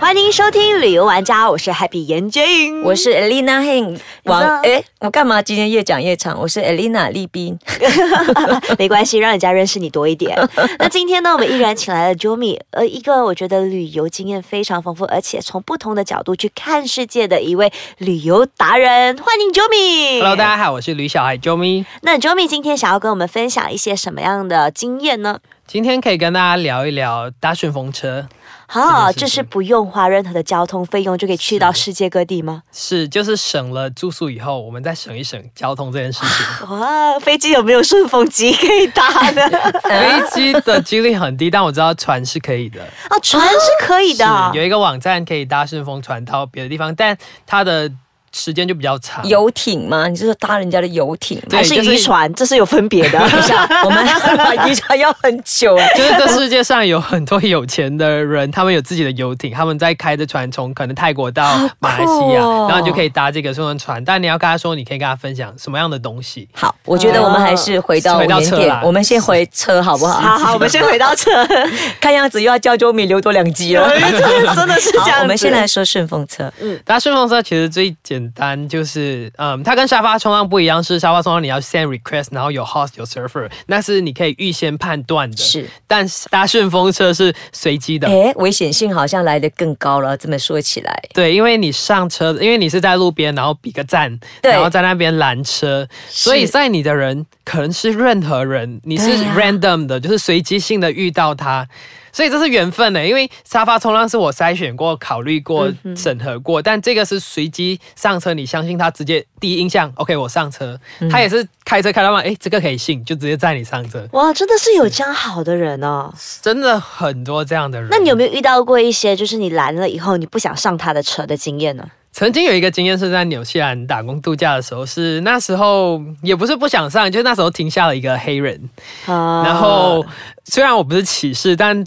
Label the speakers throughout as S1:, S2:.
S1: 欢迎收听旅游玩家，我是 Happy 严俊，
S2: 我是 Elena Heng 王
S1: 你知道
S2: 哎，我干嘛今天越讲越长？我是 Elena 丽斌，
S1: 没关系，让人家认识你多一 点。那今天呢，我们依然请来了 Jomi，呃，一个我觉得旅游经验非常丰富，而且从不同的角度去看世界的一位旅游达人，欢迎 Jomi。
S3: Hello，大家好，我是吕小孩 Jomi。
S1: 那 Jomi 今天想要跟我们分享一些什么样的经验 呢？
S3: 今天可以跟大家聊一聊搭顺风车，
S1: 好、
S3: 这件事情
S1: 这是不用花任何的交通费用就可以去到世界各地 吗？
S3: 是就是省了住宿以后，我们再省一省交通这件事 情。
S1: 哇，飞机有没有顺风机可以搭 呢？
S2: 嗯
S3: 飞机的几率很低，但我知道船是可以的。
S1: 啊，船是可以的啊、
S3: 是有一个网站可以搭顺风船到别的地方，但它的时间就比较长。
S2: 游艇吗？你是说搭人家的游艇吗？
S3: 对
S1: 还是
S3: 就是
S1: 渔船，这是有分别的。
S2: 等一下，
S1: 啊
S2: 我们 把渔船要很久哎。
S3: 就是这世界上有很多有钱的人，他们有自己的游艇，他们在开着船从可能泰国到马来西亚，
S2: 好酷哦
S3: 然后你就可以搭这个顺风船。但你要跟他说，你可以跟他分享什么样的东西。
S2: 好，我觉
S1: 哦
S2: 得我们还是回到
S3: 回到
S2: 原
S3: 车
S2: 点
S3: 啦，
S2: 我们先回车好不好？
S1: 好好，我们先回到车，
S2: 看样子又要教周米留多两集了。
S1: 真的是嗯这样
S2: 哎好，
S1: 子。
S2: 我们先来说顺风车。
S3: 搭顺风车其实最简单，就是嗯，它跟沙发冲浪不一样，是沙发冲浪你要 send request，然后有 host 有 server，那是你可以预先判断的。
S2: 是，
S3: 但是搭顺风车是随机的。
S2: 哎，危险性好像来得更高了。这么说起来，
S3: 对，因为你上车，因为你是在路边，然后比个站，
S2: 对
S3: 然后在那边拦车，所以在你的人可能是任何人，你是
S1: 啊
S2: 对呀
S3: random 的，就是随机性的遇到他，所以这是缘分欸呢。因为沙发冲浪是我筛选过、考虑过、
S1: 嗯
S3: 审核过，但这个是随机上车，你相信他直接第一印象，OK，我上车，
S1: 嗯
S3: 他也是开车开到嘛，诶，这个可以信，就直接载你上车，
S1: 哇，真的是有这样好的人哦。
S3: 真的很多这样的人。
S1: 那你有没有遇到过一些，就是你拦了以后你不想上他的车的经验呢？
S3: 曾经有一个经验是在纽西兰打工度假的时候，是那时候也不是不想上，就是那时候停下了一个黑人，
S1: 啊
S3: 然后虽然我不是歧视，但。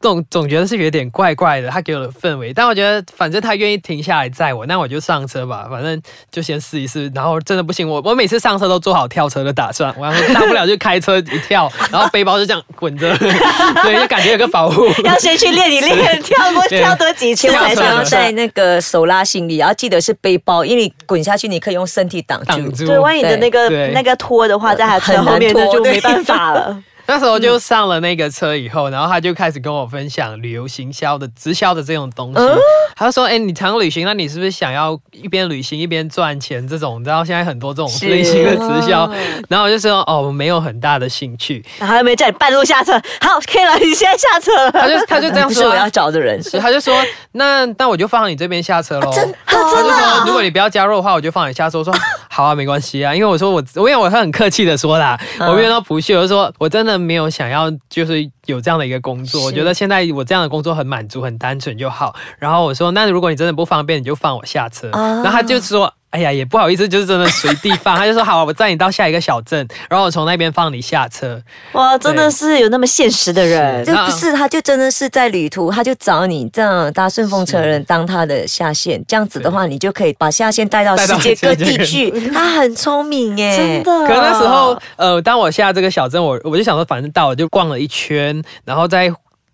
S3: 总总觉得是有点怪怪的，他给我的氛围，但我觉得反正他愿意停下来载我，那我就上车吧，反正就先试一试。然后真的不行，我我每次上车都做好跳车的打算，我想说大不了就开车一跳，然后背包就这样滚着， 对，就感觉有个保护。
S1: 要先去练一练，跳过
S3: 对
S1: 跳多几次
S2: 千
S1: 才
S2: 万 不
S1: 上
S2: 要
S1: 车。
S2: 带那个手拉行李，然后记得是背包，因为你滚下去，你可以用身体挡
S3: 挡
S2: 住。
S3: 住
S1: 对，万一你的那个
S3: 对
S1: 那个拖的话，在他车后面
S2: 很难
S1: 那
S2: 拖
S1: 就没办法了。
S3: 那时候就上了那个车以后，然后他就开始跟我分享旅游行销的直销的这种东
S2: 嗯
S3: 西。他就说：“哎、你常旅行，那你是不是想要一边旅行一边赚钱？这种，你知道现在很多这种
S2: 是
S3: 类型的直销。”然后我就说：“哦，我没有很大的兴趣。
S1: 然后又没叫你半路下车，好，可以了，你现在下车了。
S3: 他就他就这
S2: 嗯
S3: 样
S2: 不是
S3: 说
S2: 我
S3: 啊、
S2: 要找的人，
S3: 是他就说：“那那我就放你这边下车喽。
S1: 啊
S3: 他
S1: 真
S3: 就
S1: 的
S3: 说，如
S1: 啊，
S3: 果你不要加入的话，我就放你下车。我说 好啊，没关系啊，因为我说我，因为我很客气的说啦，
S1: 嗯
S3: 我没有到不屑，我就说我真的没有想要，就是有这样的一个工作，
S2: 是
S3: 我觉得现在我这样的工作很满足，很单纯就好。然后我说，那如果你真的不方便，你就放我下车。
S1: 啊
S3: 然后他就说。哎呀，也不好意思，就是真的随地放。他就说好啊，我载你到下一个小镇，然后我从那边放你下车。
S1: 哇，真的是有那么现实的人。
S2: 就不是他就真的是在旅途，他就找你这样搭顺风车的人当他的下线，这样子的话，你就可以把下线带到
S3: 带
S2: 世
S3: 到
S2: 界各地
S3: 世界
S2: 去。他很聪明耶，
S1: 真的。
S3: 可那时候，呃，当我下这个小镇，我我就想说，反正到了就逛了一圈，然后在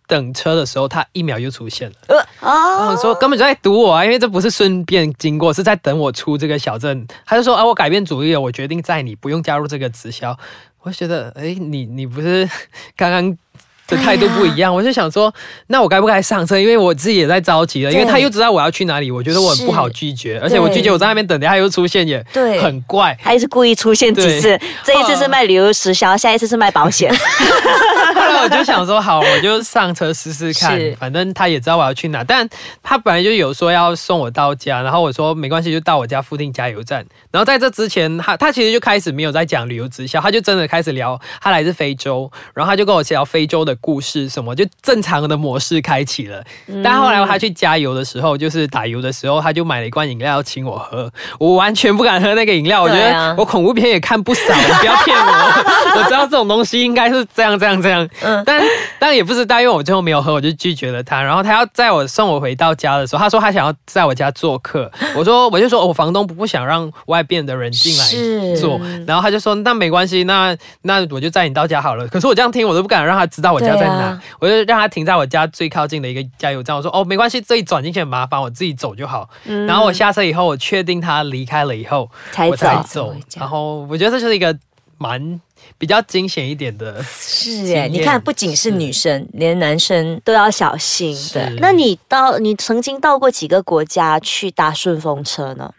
S3: 等车的时候，他一秒就出现了。
S2: 呃
S1: 啊，
S2: 哦
S3: 我想说根本就在堵我啊，因为这不是顺便经过，是在等我出这个小镇。他就说啊，我改变主意了，我决定载你，不用加入这个直销。我就觉得，哎，你你不是刚刚的态度不一样，我就想说，那我该不该上车？因为我自己也在着急了，因为
S2: 对
S3: 他又知道我要去哪里，我觉得我很
S2: 是
S3: 不好拒绝，而且我拒绝
S2: 对
S3: 我在那边等，等下又出现也
S2: 对
S3: 很怪。
S1: 他一直故意出现几次
S3: 对，
S1: 这一次是卖旅游时销，下一次是卖保 险。
S3: 后来我就想说，好，我就上车试试看
S2: 是，
S3: 反正他也知道我要去哪，但他本来就有说要送我到家，然后我说没关系，就到我家附近加油站。然后在这之前，他他其实就开始没有在讲旅游直销，他就真的开始聊他来自非洲，然后他就跟我聊非洲的故事什么，就正常的模式开启了。
S2: 嗯
S3: 但后来他去加油的时候，就是打油的时候，他就买了一罐饮料请我喝，我完全不敢喝那个饮料，我觉
S2: 对啊
S3: 得我恐怖
S2: 嗯
S3: 片也看不少，你不要骗我，我知道这种东西应该是这样这样这样，但但也不知道，因为我最后没有喝，我就拒绝了他。然后他要载我送我回到家的时候，他说他想要在我家做客，我说我就说我房东不不想让外边的人进来
S2: 是
S3: 做，然后他就说那没关系，那那我就载你到家好了。可是我这样听，我都不敢让他知道我家在
S2: 对
S3: 哪，
S2: 啊
S3: 我就让他停在我家最靠近的一个加油站。我说哦没关系，这里转进去很麻烦，我自己走就好。
S2: 嗯
S3: 然后我下车以后，我确定他离开了以后，
S1: 才
S3: 我
S1: 走
S3: 才
S2: 才
S3: 走
S2: 会。这样
S3: 然后我觉得这就是一个蛮比较惊险一点的。
S2: 是
S3: 经
S2: 哎，
S3: 验
S2: 你看，不仅是女生，连男生
S1: 都要小心。
S3: 对
S1: 那你到你曾经到过几个国家去搭顺风车呢？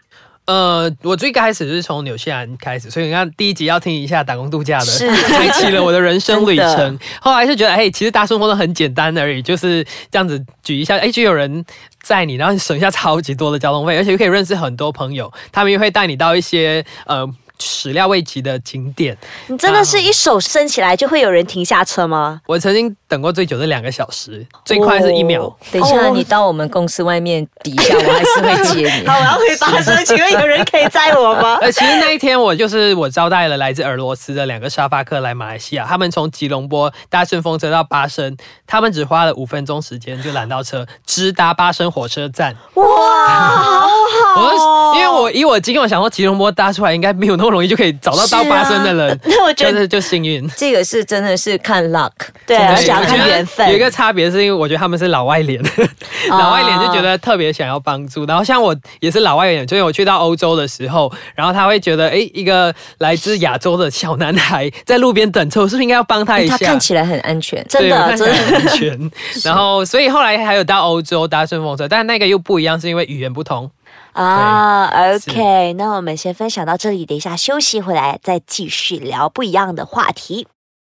S3: 呃，我最开始就是从纽西兰开始，所以你看第一集要听一下打工度假的，
S1: 是
S3: 开启了我的人生旅
S1: 真
S3: 程。后来就觉得，哎，其实搭顺风车很简单而已，就是这样子举一下，哎，就有人载你，然后你省下超级多的交通费，而且又可以认识很多朋友，他们又会带你到一些呃始料未及的景点。
S1: 你真的是一手伸起来就会有人停下车 吗？
S3: 我曾经等过最久是两个小时，最快是一秒。
S1: 哦
S2: 等一下
S1: 哦
S2: 你到我们公司外面抵一下，我还是会接你
S1: 好，。我要回巴生，请问有人可以载我 吗？
S3: 呃，其实那一天我就是我招待了来自俄罗斯的两个沙发客来马来西亚，他们从吉隆坡搭顺风车到巴生，他们只花了五分钟时间就拦到车，直达巴生火车站。
S1: 哇，
S3: 我就因为我以我经验，我想说吉隆坡搭出来应该没有那么容易就可以找到到
S1: 是啊
S3: 巴生的人，
S1: 那我觉
S3: 就
S1: 得
S3: 是就幸运。
S2: 这个是真的是看 luck，
S1: 对，
S3: 对
S1: 而且要
S3: 我觉
S1: 看
S3: 得
S1: 缘分。
S3: 有一个差别是因为我觉得他们是老外脸， 老外脸就
S1: 啊
S3: 觉得特别想要帮助。然后像我也是老外脸，就是我去到欧洲的时候，然后他会觉得，诶，一个来自亚洲的小男孩在路边等车，我是不是应该要帮他一
S2: 他
S3: 下？
S2: 看起来很安全。
S1: 真
S3: 对我
S1: 的
S3: 看起
S1: 真
S3: 来
S1: 的，
S3: 很安 全。然后，所以后来还有到欧洲搭顺风车，但那个又不一样，是因为语言不同。
S1: 啊
S3: 是
S1: ，OK，那我们先分享到这里，等一下休息回来再继续聊不一样的话题。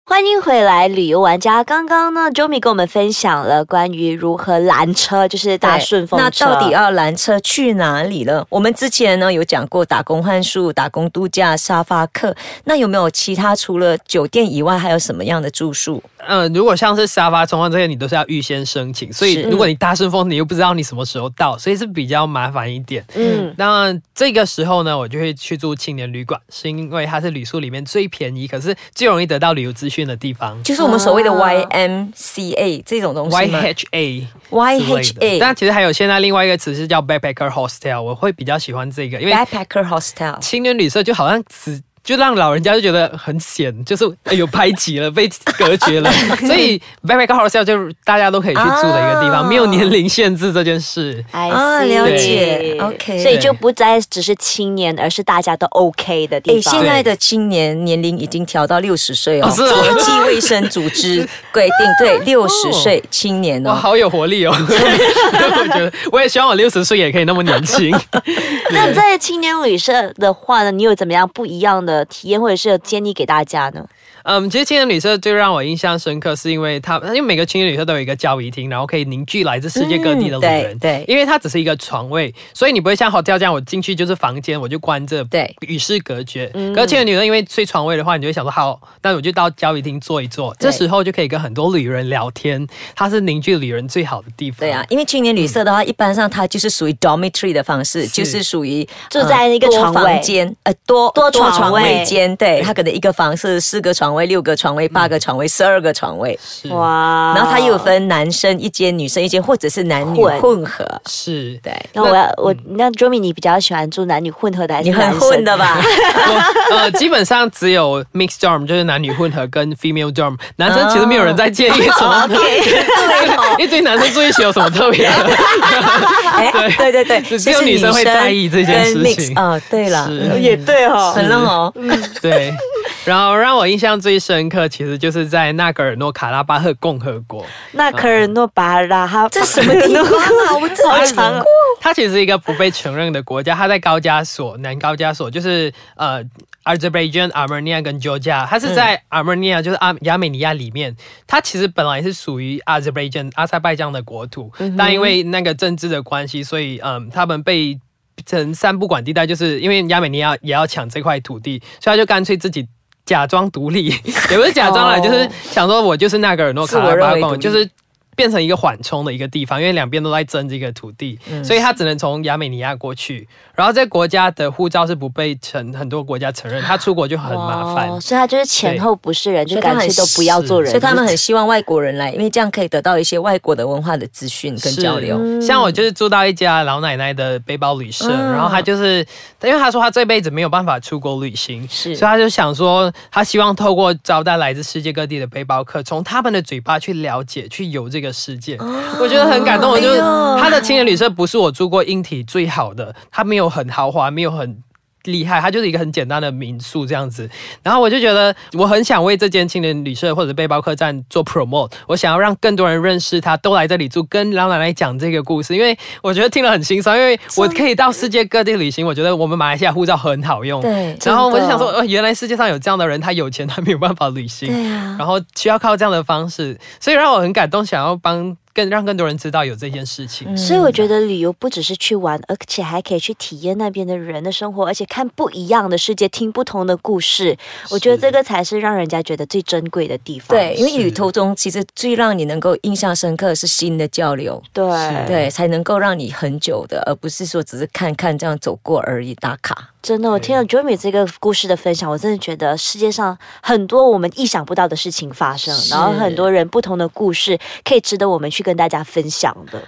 S1: 欢迎回来，旅游玩家。刚刚呢，Jomi 跟我们分享了关于如何拦车，就是搭
S2: 对
S1: 顺风
S2: 那
S1: 车。啊
S2: 到底要拦车去哪里了？我们之前呢有讲过打工换宿、打工度假、沙发客，那有没有其他除了酒店以外，还有什么样的住宿？
S3: 嗯、如果像是沙发冲浪这些，你都是要预先申请，所以
S2: 是
S3: 如果你搭顺风，你又不知道你什么时候到，所以是比较麻烦一点。
S1: 嗯，
S3: 那这个时候呢，我就会去住青年旅馆，是因为它是旅宿里面最便宜，可是最容易得到旅游资讯的地方。
S2: 就是我们所谓的
S1: 啊
S2: YMCA 这种东西
S3: Y
S2: 吗
S3: H A 之类的
S2: YHA
S3: 但其实还有现在另外一个词是叫 backpacker hostel，我会比较喜欢这个，因为
S2: Backpacker Hostel。
S3: 青年旅社就好像只就让老人家就觉得很险，就是哎呦排挤了，被隔 绝了，所以 backpacker hostel 就是大家都可以去住的一个地
S1: 啊
S3: 方，没有年龄限制这件事。
S2: 啊
S1: I
S2: 了
S1: see
S2: 解 OK
S1: 所以就不再只是青年，而是大家都 OK 的
S2: 诶，
S1: 地方。
S2: 哎现在的青年年龄已经调到六十岁哦，
S3: 哦是哦
S2: 国际卫生组织规定， 对，六十岁青年
S3: 哇，
S2: 哦。
S3: 好有活力哦！ 我觉得我也希望我六十岁也可以那么年轻。
S1: 那在青年旅社的话呢，你有怎么样不一样的体验，或者是有建议给大家呢？
S3: 嗯，其实青年旅社最让我印象深刻，是因为它，因为每个青年旅社都有一个交易厅，然后可以凝聚来自世界各地
S2: 嗯
S3: 的旅
S2: 对
S3: 人。
S2: 对
S3: 因为它只是一个床位，所以你不会像 hotel 这样，我进去就是房间，我就关着，
S2: 对，嗯
S3: 与世隔绝。可是青年旅社因为睡床位的话，你就会想说，好，那我就到交易厅坐一坐，
S2: 对
S3: 这时候就可以跟很多旅人聊天，它是凝聚旅人最好的地方。
S2: 对啊，，因为青年旅社的话，一般上它就是属于 dormitory 的方式，就是属于
S1: 住在一个
S2: 多
S1: 床位
S2: 房间，呃，多
S1: 多床位
S2: 位间，对，它可能一个房是四个床位、六个床位、八个床位、十二个床位，
S3: 是
S1: 哇
S2: 嗯然后它又有分男生一间、女生一间，或者是男女
S1: 混
S2: 混合，
S3: 是。
S2: 对。
S1: 那我要我那 Jomi，你比较喜欢住男女混合的还是
S2: 嗯你很
S1: 男生
S2: 混的？吧？
S3: 我呃，基本上只有 mixed dorm，就是男女混合跟 female dorm，男生其实没有人在介意什么一堆男生住一起有什么特别的？
S2: 哎，对对 对，
S3: 只有女生会在意这件事情
S2: 啊，哦对了，
S3: 是
S1: 也对哦
S2: 很冷哦。
S3: 对。然后让我印象最深刻，其实就是在纳格尔诺卡拉巴赫共和国，
S1: 那科尔诺巴拉哈，
S2: 这什么地方 啊？我真
S1: 好
S2: 的
S1: 长哦
S3: 它其实是一个不被承认的国家，它在高加索、南高加索，就是呃。Azerbaijan、Armenia 跟 Georgia，它是在 Armenia，、就是阿亚美尼亚里面，它其实本来是属于 Azerbaijan 阿塞拜疆的国土，但因为那个政治的关系，所以嗯，他们被成三不管地带，就是因为亚美尼亚也要抢这块土地，所以他就干脆自己假装独立，也不是假装
S2: 哦
S3: 啦，就是想说我就是纳格尔诺卡拉巴
S2: 自我认为
S3: 赫，
S2: 独立
S3: 就是变成一个缓冲的一个地方，因为两边都在争这个土地，所以他只能从亚美尼亚过去。然后这国家的护照是不被承很多国家承认，他出国就很麻烦。
S1: 哦所以他就是前后不是人，就干脆都不要做人。
S2: 所以他们很希望外国人来，因为这样可以得到一些外国的文化的资讯跟
S3: 是
S2: 交流。
S3: 像我就是住到一家老奶奶的背包旅社，
S2: 嗯
S3: 然后她就是，因为她说她这辈子没有办法出国旅行，
S2: 是
S3: 所以
S1: 啊
S3: 她就想说，她希望透过招待来自世界各地的背包客，从他们的嘴巴去了解、去游这个世界。我觉得很感动。我就
S2: 哦哎呦
S3: 她的青年旅社不是我住过英体最好的，它没有很豪华，没有很。厉害，它就是一个很简单的民宿这样子，然后我就觉得我很想为这间青年旅社或者背包客栈做 promote，我想要让更多人认识它，都来这里住，跟老奶奶讲这个故事，因为我觉得听了很心酸，因为我可以到世界各地旅行，我觉得我们马来西亚护照很好用。
S2: 对
S3: 然后我就
S1: 真的
S3: 想说，呃，原来世界上有这样的人，他有钱，他没有办法旅行，
S1: 对啊，
S3: 然后需要靠这样的方式，所以让我很感动，想要帮更让更多人知道有这件事情。
S1: 嗯所以我觉得旅游不只是去玩，而且还可以去体验那边的人的生活，而且看不一样的世界，听不同的故事。我觉得这个才是让人家觉得最珍贵的地方。
S2: 对，因为
S3: 是
S2: 旅途中其实最让你能够印象深刻的是新的交流，
S1: 对
S3: 是
S2: 对，才能够让你很久的，而不是说只是看看这样走过而已打卡。
S1: 真的，我听了 Jeremy 这个故事的分享，我真的觉得世界上很多我们意想不到的事情发生，
S2: 是
S1: 然后很多人不同的故事可以值得我们去跟大家分享的。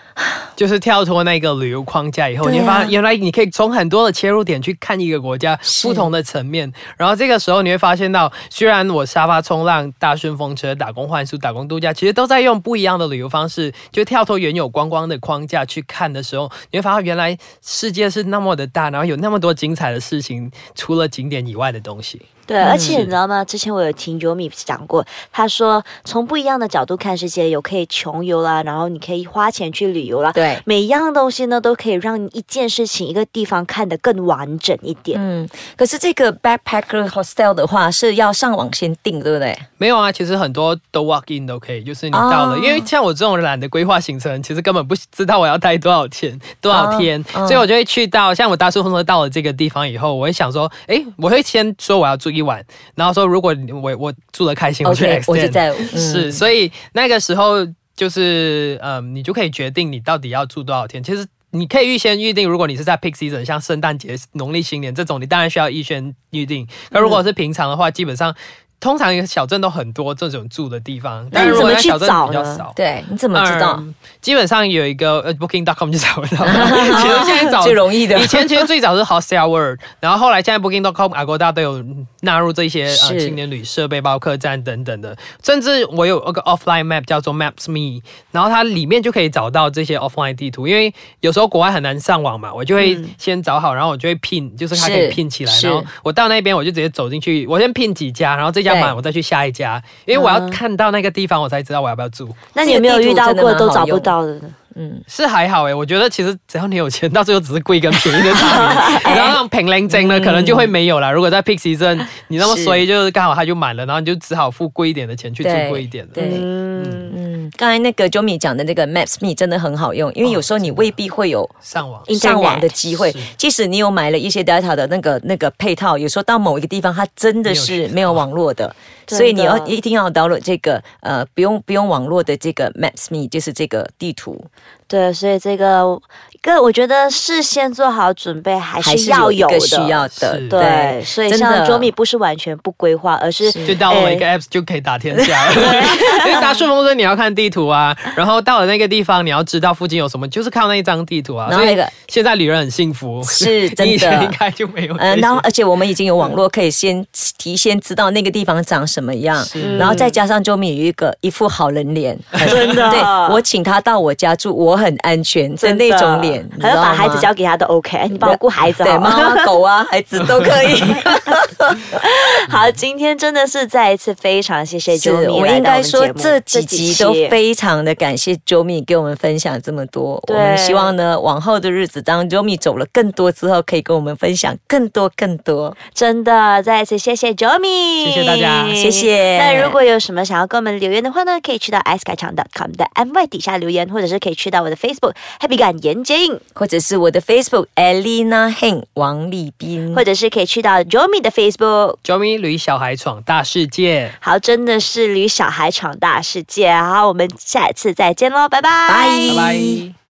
S3: 就是跳脱那个旅游框架以后，
S2: 对啊
S3: 你会发现原来你可以从很多的切入点去看一个国家
S2: 是
S3: 不同的层面，然后这个时候你会发现到，虽然我沙发冲浪、搭顺风车、打工换宿、打工度假，其实都在用不一样的旅游方式，就跳脱原有光光的框架去看的时候，你会发现原来世界是那么的大，然后有那么多精彩的事情，除了景点以外的东西。
S1: 对，而且你
S3: 是
S1: 知道吗？之前我有听 Yomi 讲过，他说从不一样的角度看世界，有可以穷游啦，然后你可以花钱去旅游啦。
S2: 对。
S1: 每一样东西呢，都可以让一件事情、一个地方看得更完整一点。
S2: 嗯，可是这个 backpacker hostel 的话是要上网先订，对不对？
S3: 没有啊，其实很多都 walk in 都可以，就是你到了，
S2: 哦
S3: 因为像我这种懒得规划行程，其实根本不知道我要待多少钱、多少天，
S2: 嗯
S3: 所以我就会去到，像我搭顺风车到了这个地方以后，我会想说，诶，我会先说我要住一晚，然后说如果我我住的开心，我就
S2: OK，我就
S3: extend
S2: 在、 嗯
S3: 是，所以那个时候就是，嗯，你就可以决定你到底要住多少天。其实你可以预先预定，如果你是在 peak season，像圣诞节、农历新年这种，你当然需要预先预定。可如果是平常的话，基本上通常一个小镇都很多这种住的地方，
S1: 那
S3: 但
S1: 你
S3: 是如果
S1: 怎么去
S3: 小镇比
S1: 找
S3: 较
S1: 呢
S3: 少。
S2: 对，你怎么知道？
S3: 嗯基本上有一个呃 Booking.com 就找得到，其实现在找
S2: 最容易的
S3: 以前其实最早是 Hostel World，然后后来现在 Booking.com、Agoda 都有纳入这些呃
S2: 是
S3: 青年旅社、背包客栈等等的，甚至我有一个 offline map 叫做 Maps Me，然后它里面就可以找到这些 offline 地图，因为有时候国外很难上网嘛，我就会先找好，然后我就会拼，就是它可以
S2: 嗯是
S3: 拼起来，
S2: 是
S3: 然后我到那边我就直接走进去，我先拼几家，然后这家
S2: 对嗯
S3: 满我再去下一家，因为我要看到那个地方我才知道我要不要住。
S1: 那你有没有遇到
S2: 这个
S1: 过
S2: 地图真的
S1: 都
S2: 蛮好
S1: 找
S2: 用
S1: 不到的呢？
S3: 是还好诶、欸我觉得其实只要你有钱， 到最后只是贵跟便宜的差
S2: 哎
S3: 别。然后那种平零精呢，可能就会没有啦。如果在 peak season，你那么
S2: 嗯是
S3: 衰，就是刚好它就满了，然后你就只好付贵一点的钱去住
S2: 对
S3: 贵一点的。
S2: 对
S1: 嗯，
S2: 嗯，刚才那个 Jomi 讲的那个 Maps Me 真的很好用，因为有时候你未必会有
S3: 上网
S2: 上网的
S1: Internet
S2: 机会
S3: 是，
S2: 即使你有买了一些 data 的那个那个配套，有时候到某一个地方它真的
S3: 没
S2: 是
S3: 有
S2: 没有网络的，
S1: 真的
S2: 所以你要一定要 download 这个呃不用不用网络的这个 Maps Me，就是这个地图，
S1: 对，所以这个个我觉得事先做好准备还是要
S2: 一
S1: 有
S2: 个
S1: 的。
S2: 需要的，
S3: 是嗯
S1: 对，所以
S2: 真
S1: 像
S2: 的
S1: Jomi 不是完全不规划，而是哎
S3: 就到了一
S2: 哎
S3: 个 app 就可以打天下了。 因为搭顺风车你要看地图啊，然后到了那个地方你要知道附近有什么，就是靠那一张地图啊。
S2: 然后
S3: 所以
S2: 那个
S3: 现在旅人很幸福，
S2: 是真的
S3: 你以前应该就没有这些。
S2: 嗯，然后而且我们已经有网络，可以先提先知道那个地方长什么样，
S3: 是
S2: 然后再加上周敏有一个一副好人脸，
S1: 真的
S2: 对我请他到我家住，我很安全的那种脸，你知
S1: 还要
S2: 道
S1: 把
S2: 吗
S1: 孩子交给他都 OK，哎你帮我顾孩子
S2: 对
S1: 好吗？
S2: 猫啊、狗 啊、孩子都可以。
S1: 好，今天真的是再一次非常谢谢
S2: 是
S1: Jomi 来到
S2: 我
S1: 我
S2: 应该
S1: 们
S2: 说
S1: 节目
S2: 这几集都
S1: 期
S2: 非常的感谢 Jomi 给我们分享这么多。我
S1: 对
S2: 们希望呢，往后的日子，当 Jomi 走了更多之后，可以跟我们分享更多更多。
S1: 真的再一次谢谢 Jomi，
S3: 谢谢大家
S2: 谢谢
S1: 那如果有什么想要跟我们留言的话呢，可以去到 i c e 改场 .com 的 MY 底下留言，或者是可以去到我的 Facebook Happy 感言接应。
S2: 或者是我的 Facebook Elena Heng 王立斌，
S1: 或者是可以去到 Jomi 的 Facebook。
S3: Joey 旅小孩闯大世界，
S1: 好，真的是旅小孩闯大世界。好，我们们下次再见喽，拜拜，
S2: 拜
S3: 拜拜。